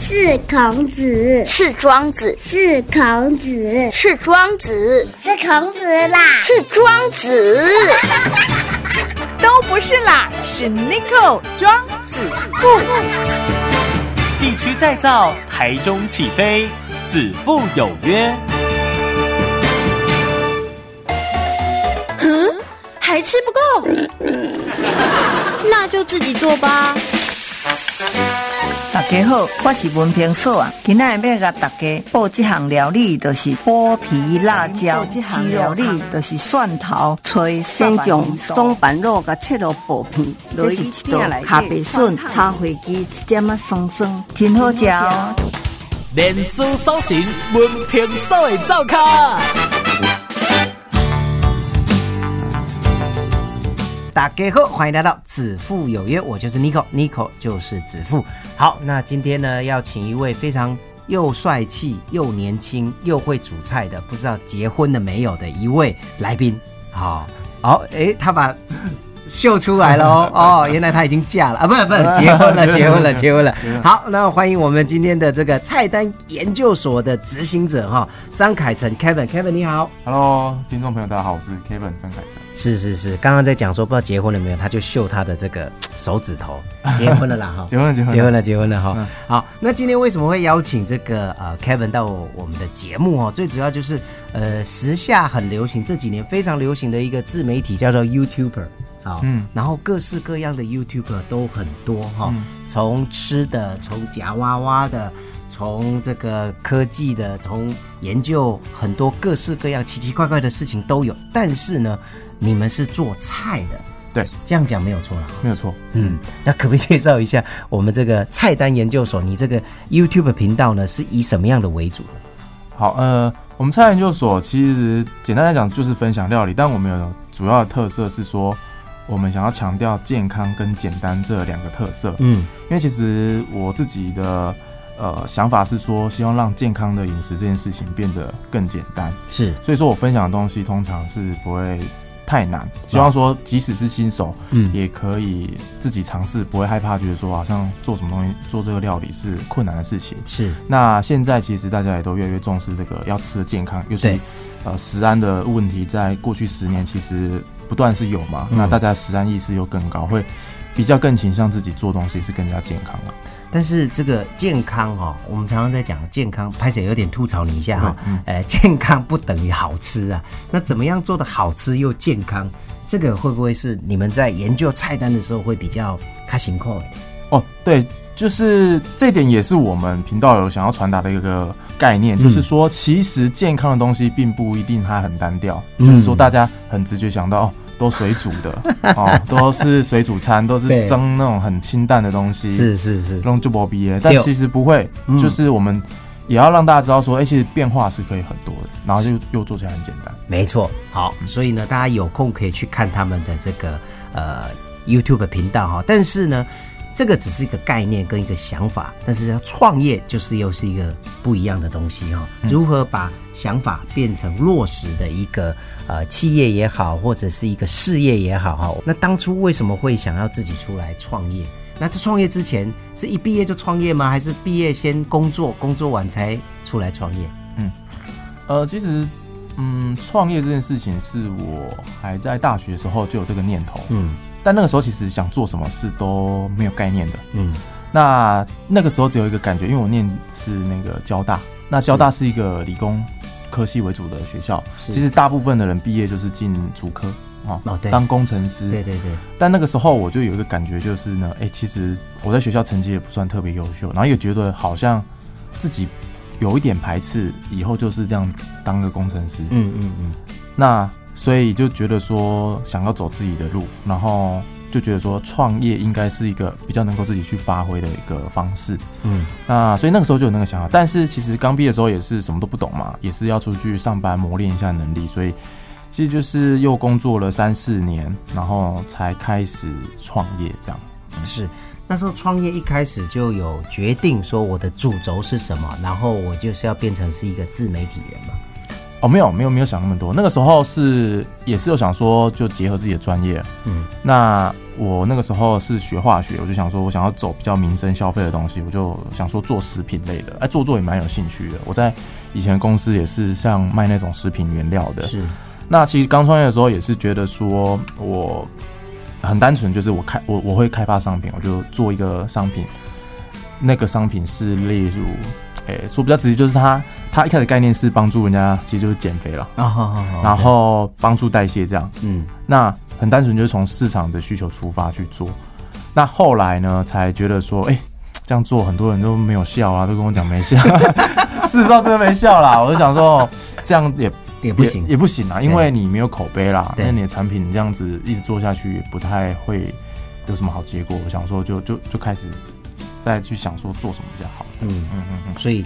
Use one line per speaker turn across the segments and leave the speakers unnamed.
是孔子，
是庄子，
是孔子，
是庄子，
是孔子啦，
是庄子。
都不是啦，是 n i c o 庄子富。
地区再造，台中起飞，子父有约。
嗯，还吃不够，那就自己做吧。
大家好，我是文平嫂啊。今仔日要甲大家报这项料理，就是剥皮辣椒。这项料理就是蒜头、吹
先将松板肉甲切落薄片，这是一道咖啡笋炒花枝，一点仔酸酸，
真好食哦。
连书搜寻文凭所的造卡。
打给后，欢迎来到子父有约，我就是 Nico，Nico 就是子父。好，那今天呢，要请一位非常又帅气又年轻又会煮菜的，不知道结婚了没有的一位来宾。好、好，哎，他把秀出来了哦，哦，原来他已经嫁了啊，不是不是，结婚了，结婚了，结婚了。好，那欢迎我们今天的这个菜单研究所的执行者哈、张凯成 Kevin，Kevin 你好。
Hello，听众朋友，大家好，我是 Kevin 张凯成。
是是是，刚刚在讲说不知道结婚了没有，他就秀他的这个手指头，结婚了啦哈，
结婚了结婚了
结婚了结婚了哈。
嗯
好，那今天为什么会邀请这个呃 Kevin 到我们的节目哦？最主要就是呃时下很流行，这几年非常流行的一个自媒体叫做 YouTuber 啊、嗯
嗯，
然后各式各样的 YouTuber 都很多哈、从吃的，从夹娃娃的。从这个科技的，从研究很多各式各样奇奇怪怪的事情都有，但是呢，你们是做菜的，
对，
这样讲没有错了。
没有错。
嗯，那可不可以介绍一下我们这个菜单研究所？你这个 YouTube 频道呢，是以什么样的为主？
好，呃，我们菜研究所其实简单来讲就是分享料理，但我们有主要的特色是说，我们想要强调健康跟简单这两个特色。
嗯，
因为其实我自己的呃想法是说，希望让健康的饮食这件事情变得更简单，
是
所以说我分享的东西通常是不会太难，希望说即使是新手，
啊嗯
也可以自己尝试，不会害怕，觉得说好像做什么东西做这个料理是困难的事情。
是，
那现在其实大家也都越来越重视这个要吃的健康，尤
对
其呃食安的问题，在过去十年其实不断是有嘛，
嗯
那大家食安意识又更高，会比较更倾向自己做东西是更加健康了。
但是这个健康哦，我们常常在讲健康，拍谁有点吐槽你一下哈、哦。呃，健康不等于好吃啊，那怎么样做的好吃又健康？这个会不会是你们在研究菜单的时候会比较开心扣的？
哦，对，就是这点也是我们频道有想要传达的一个概
嗯
念，就是说，其实健康的东西并不一定它很单调，
嗯
就是说大家很直觉想到哦。都水煮的哦，都是水煮餐，都
对
是蒸那种很清淡的东西，
是是是，
弄就不毕业，但
对嗯
其实不会，就是我们也要让大家知道说，哎、其实变化是可以很多的，然后就又做起来很简单。
没错，好，所以呢，大家有空可以去看他们的这个呃 YouTube 频道哈。但是呢，这个只是一个概念跟一个想法，但是要创业就是又是一个不一样的东西哈。如何把想法变成落实的一个呃企业也好，或者是一个事业也好哈。那当初为什么会想要自己出来创业？那在创业之前是一毕业就创业吗？还是毕业先工作，工作完才出来创业？
呃，其实，嗯，创业这件事情是我还在大学的时候就有这个念头，
嗯
但那个时候其实想做什么事都没有概念的。
嗯，
那那个时候只有一个感觉，因为我念是那个交大，那交大是一个理工科系为主的学校，
是
其实大部分的人毕业就是进主科啊，
哦对
当工程师，
对对对，
但那个时候我就有一个感觉，就是呢，哎、其实我在学校成绩也不算特别优秀，然后也觉得好像自己有一点排斥，以后就是这样当个工程师。
嗯嗯嗯，
那所以就觉得说想要走自己的路，然后就觉得说创业应该是一个比较能够自己去发挥的一个方式。
嗯，
那所以那个时候就有那个想法，但是其实刚毕业的时候也是什么都不懂嘛，也是要出去上班磨练一下能力，所以其实就是又工作了三四年，然后才开始创业这样。
是那时候创业一开始就有决定说我的主轴是什么，然后我就是要变成是一个自媒体人嘛。
哦，没有没有没有想那么多，那个时候是也是有想说就结合自己的专业，
嗯
嗯，那我那个时候是学化学，我就想说我想要走比较民生消费的东西，我就想说做食品类的，哎、做做也蛮有兴趣的。我在以前的公司也是像卖那种食品原料的，
是
那其实刚创业的时候也是觉得说我很单纯，就是我开我我会开发商品，我就做一个商品，那个商品是例如，诶、说比较直接就是它它一开始概念是帮助人家，其实就是减肥了，
啊，好好好，
然后帮助代谢这样。
嗯
那很单纯就是从市场的需求出发去做。那后来呢，才觉得说，哎、这样做很多人都没有笑啊，都跟我讲 没笑，事实上真的没笑啦。我就想说，哦这样也
也不行
也，不行啊，因为你没有口碑啦，
对
那你的产品这样子一直做下去，也不太会有什么好结果。我想说就，就就开始再去想说做什么比较好。
嗯嗯嗯，所以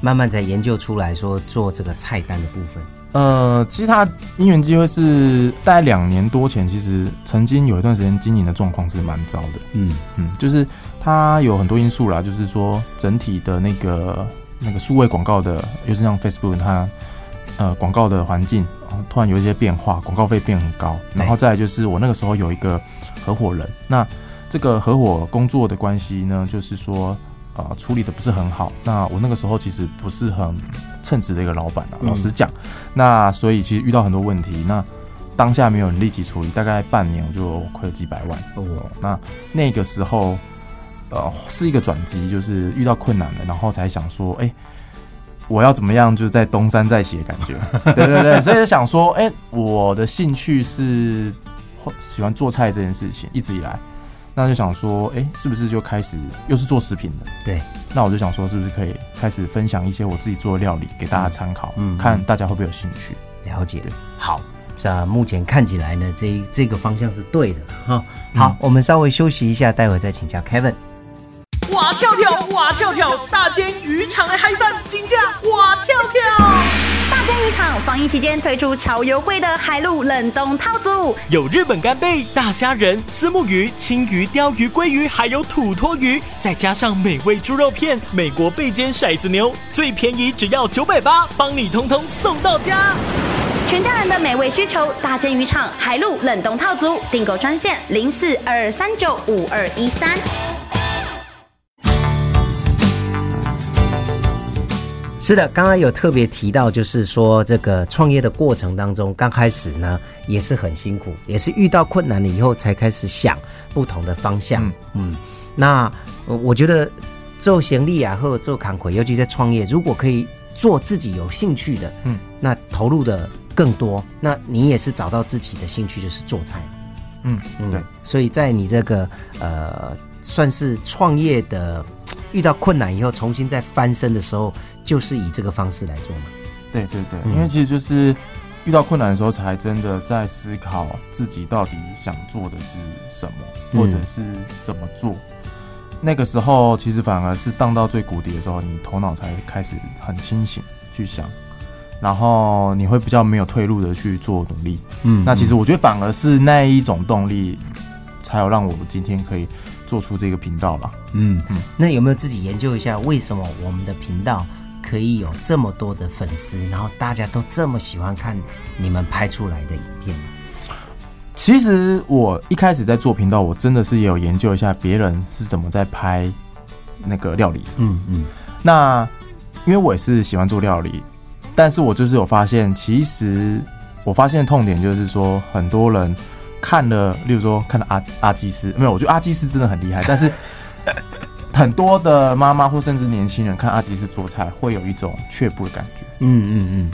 慢慢才研究出来说做这个菜单的部分，
呃，其实它因缘机会是大概两年多前，其实曾经有一段时间经营的状况是蛮糟的。
嗯
嗯，就是它有很多因素啦，就是说整体的那个那个数位广告的，尤其像 Facebook 它呃广告的环境、哦突然有一些变化，广告费变很高，然后再来就是我那个时候有一个合伙人，那这个合伙工作的关系呢，就是说。啊、处理的不是很好。那我那个时候其实不是很呃称职的一个老板啊，老实讲。那所以其实遇到很多问题，那当下没有人立即处理，大概半年我就亏了几百万。
哦，
那那个时候，呃，是一个转机，就是遇到困难了，然后才想说，哎、我要怎么样，就是在东山再起的感觉。对对对，所以就想说，哎、我的兴趣是喜欢做菜这件事情，一直以来，那就想说，哎、是不是就开始又是做食品的？
对，
那我就想说，是不是可以开始分享一些我自己做的料理给大家参考，
嗯嗯
看大家会不会有兴趣？
了解，好。是啊，目前看起来呢，这一这个方向是对的哈。好，我们稍微休息一下，待会再请教 Kevin。
哇跳跳，哇跳跳，大间渔场的海产金价哇跳跳。
大健渔场防疫期间推出超优惠的海陆冷冻套组，
有日本干贝、大虾仁、丝木鱼、青鱼、鲷鱼、鲑鱼，还有土托鱼，再加上美味猪肉片、美国贝煎骰子牛，最便宜只要九百八，帮你通通送到家。
全家人的美味需求，大健渔场海陆冷冻套组订购专线零四二三九五二一三。
是的，刚刚有特别提到，就是说这个创业的过程当中，刚开始呢也是很辛苦，也是遇到困难了以后才开始想不同的方向。嗯
嗯
那呃我觉得做行李啊，或者做扛魁，尤其在创业，如果可以做自己有兴趣的，嗯
嗯，
那投入的更多，那你也是找到自己的兴趣，就是做菜。
嗯，
嗯
对。，
所以在你这个呃，算是创业的遇到困难以后，重新再翻身的时候，就是以这个方式来做嘛。
对对对，
嗯
因为其实就是遇到困难的时候，才真的在思考自己到底想做的是什么，
嗯
或者是怎么做。那个时候，其实反而是荡到最谷底的时候，你头脑才开始很清醒去想，然后你会比较没有退路的去做努力。
嗯
那其实我觉得反而是那一种动力，才有让我今天可以做出这个频道啦。
嗯，那有没有自己研究一下，为什么我们的频道可以有这么多的粉丝，然后大家都这么喜欢看你们拍出来的影片？
其实我一开始在做频道，我真的是也有研究一下别人是怎么在拍那个料理。
嗯嗯，
那因为我也是喜欢做料理，但是我就是有发现，其实我发现痛点就是说，很多人看了，例如说看了阿阿基斯，没有，我觉得阿基斯真的很厉害，但是很多的妈妈或甚至年轻人看阿基斯做菜，会有一种却步的感觉，
嗯嗯嗯，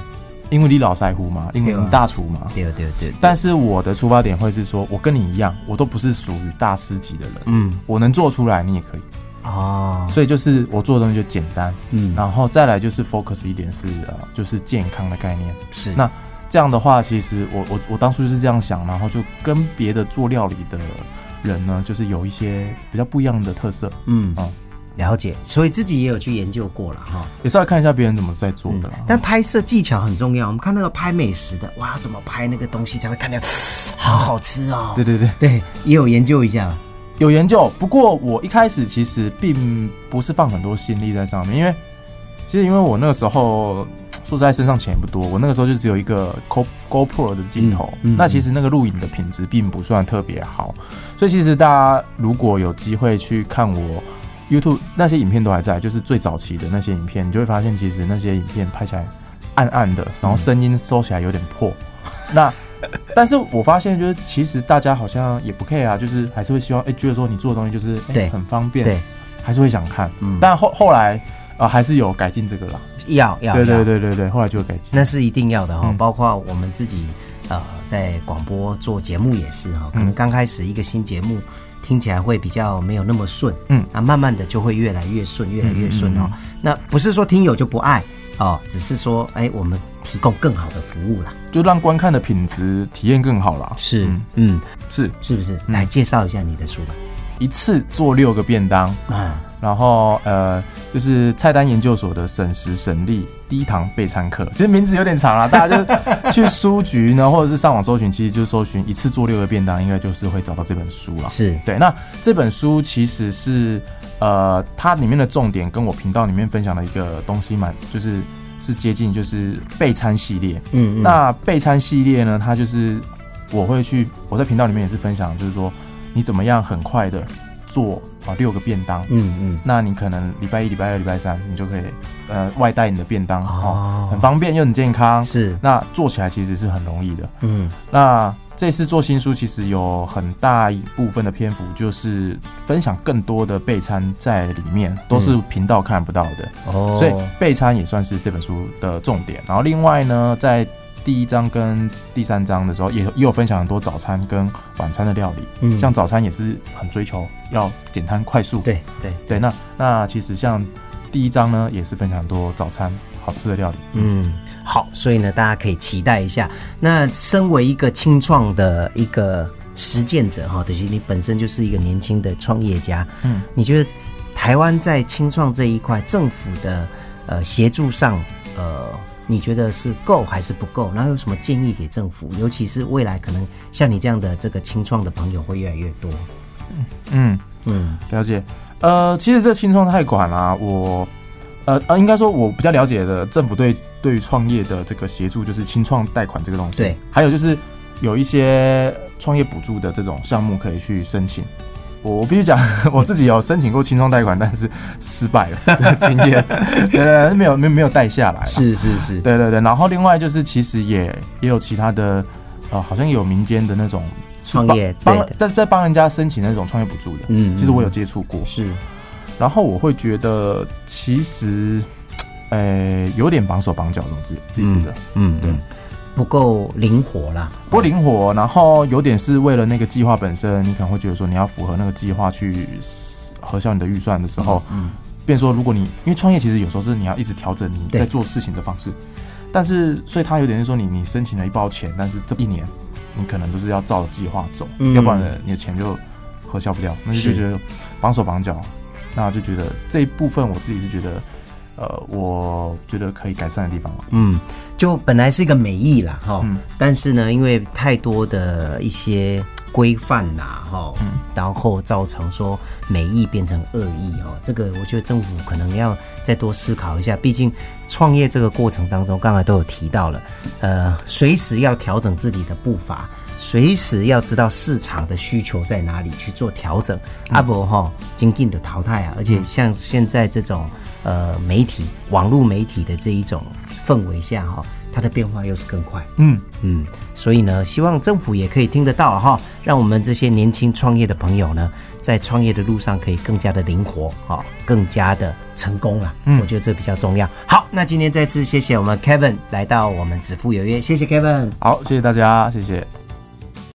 因为你老腮胡嘛，因为
对啊
你大厨嘛，
对对对，
但是我的出发点会是说，我跟你一样，我都不是属于大师级的人，
嗯
我能做出来，你也可以。
哦，
所以就是我做的东西就简单，
嗯
然后再来就是 focus 一点是呃，就是健康的概念。
是
那这样的话，其实我我我当初就是这样想，然后就跟别的做料理的人呢，就是有一些比较不一样的特色，
嗯
哦
了解，所以自己也有去研究过了哈。
也稍微看一下别人怎么在做的啦。
嗯但拍摄技巧很重要。我们看那个拍美食的，哇，怎么拍那个东西才会看起来 好好吃哦？
对对对，
对，也有研究一下。
有研究，不过我一开始其实并不是放很多心力在上面，因为其实因为我那个时候说实在身上钱也不多，我那个时候就只有一个 Go GoPro 的镜头，
嗯嗯
那其实那个录影的品质并不算特别好，所以其实大家如果有机会去看我 YouTube 那些影片都还在，就是最早期的那些影片，你就会发现其实那些影片拍起来暗暗的，然后声音收起来有点破，
嗯
那。但是我发现，就是其实大家好像也不 care 啊，就是还是会希望，哎、觉得说你做的东西就是，哎、
对
很方便，
对，
还是会想看。
嗯
但后后来啊、呃还是有改进这个啦。
要要
对对
要
对对对，后来就有改进。
那是一定要的哈、
嗯
包括我们自己呃在广播做节目也是哈、可能
嗯
刚开始一个新节目听起来会比较没有那么顺，
嗯
啊，慢慢的就会越来越顺，越来越顺哦、
嗯嗯
那不是说听友就不爱哦，只是说哎，我们提供更好的服务啦，
就让观看的品质体验更好啦。嗯
嗯，
是
是不
嗯
是？来介绍一下你的书吧。
一次做六个便当，
啊，
然后呃，就是菜单研究所的省时省力低糖备餐课，其实名字有点 长啦，大家就去书局呢，或者是上网搜寻，其实就搜寻一次做六个便当，应该就是会找到这本书啦。
是
对，那这本书其实是呃，它里面的重点跟我频道里面分享的一个东西蛮，就是是接近就是备餐系列。
嗯嗯
那备餐系列呢，它就是我会去我在频道里面也是分享，就是说你怎么样很快的做啊六个便当。
嗯嗯，
那你可能礼拜一、礼拜二、礼拜三，你就可以呃外带你的便当
哦
哦，很方便又很健康。
是
那做起来其实是很容易的。
嗯
那这次做新书，其实有很大一部分的篇幅就是分享更多的备餐在里面，都是频道看不到的，
嗯哦，
所以备餐也算是这本书的重点。然后另外呢，在第一章跟第三章的时候，也也有分享很多早餐跟晚餐的料理，
嗯
像早餐也是很追求要简单快速，
对对，
对。那那其实像第一章呢，也是分享很多早餐好吃的料理，
嗯，好，所以呢，大家可以期待一下。那身为一个清创的一个实践者哈，就是你本身就是一个年轻的创业家，
嗯，
你觉得台湾在清创这一块政府的呃协助上，呃，你觉得是够还是不够？然后有什么建议给政府？尤其是未来可能像你这样的这个清创的朋友会越来越多，
嗯。
嗯
了解。呃，其实这轻创太广啦、我呃呃，应该说我比较了解的政府对对于创业的这个协助，就是轻创贷款这个东西。
对，
还有就是有一些创业补助的这种项目可以去申请。我我必须讲，我自己有申请过轻创贷款，但是失败了的经验，对对对，没有没有没有贷下来啦。
是是，
对对对，然后另外就是其实也也有其他的，呃，好像也有民间的那种是
创
帮
业对
帮
的，
但是在帮人家申请那种创业补助的，
嗯
其实我有
嗯
接触过，
是
然后我会觉得其实，呃，有点绑手绑脚的，我自己自己觉得。
嗯
对
嗯，不够灵活啦，
不过灵活，然后有点是为了那个计划本身，你可能会觉得说你要符合那个计划去核销你的预算的时候，嗯，变说如果你因为创业其实有时候是你要一直调整你
对
在做事情的方式，但是所以他有点是说你你申请了一包钱，但是这一年你可能都是要照计划走，
嗯
要不然你的钱就核销不掉，那就是觉得绑手绑脚，那就觉得这一部分我自己是觉得，呃，我觉得可以改善的地方了，
嗯，就本来是一个美意啦，哈、
嗯
但是呢，因为太多的一些规范啦，哈、然后造成说美意变成恶意哦，这个我觉得政府可能要再多思考一下，毕竟创业这个过程当中，刚才都有提到了，呃，随时要调整自己的步伐。随时要知道市场的需求在哪里去做调整，阿伯哈精进的淘汰啊！而且像现在这种呃媒体、网络媒体的这一种氛围下哈、它的变化又是更快。
嗯。
嗯，所以呢，希望政府也可以听得到哈，让我们这些年轻创业的朋友呢，在创业的路上可以更加的灵活哈，更加的成功啦。嗯，我觉得这比较重要。好，那今天再次谢谢我们 Kevin 来到我们子父有约，谢谢 Kevin。
好，谢谢大家，谢谢。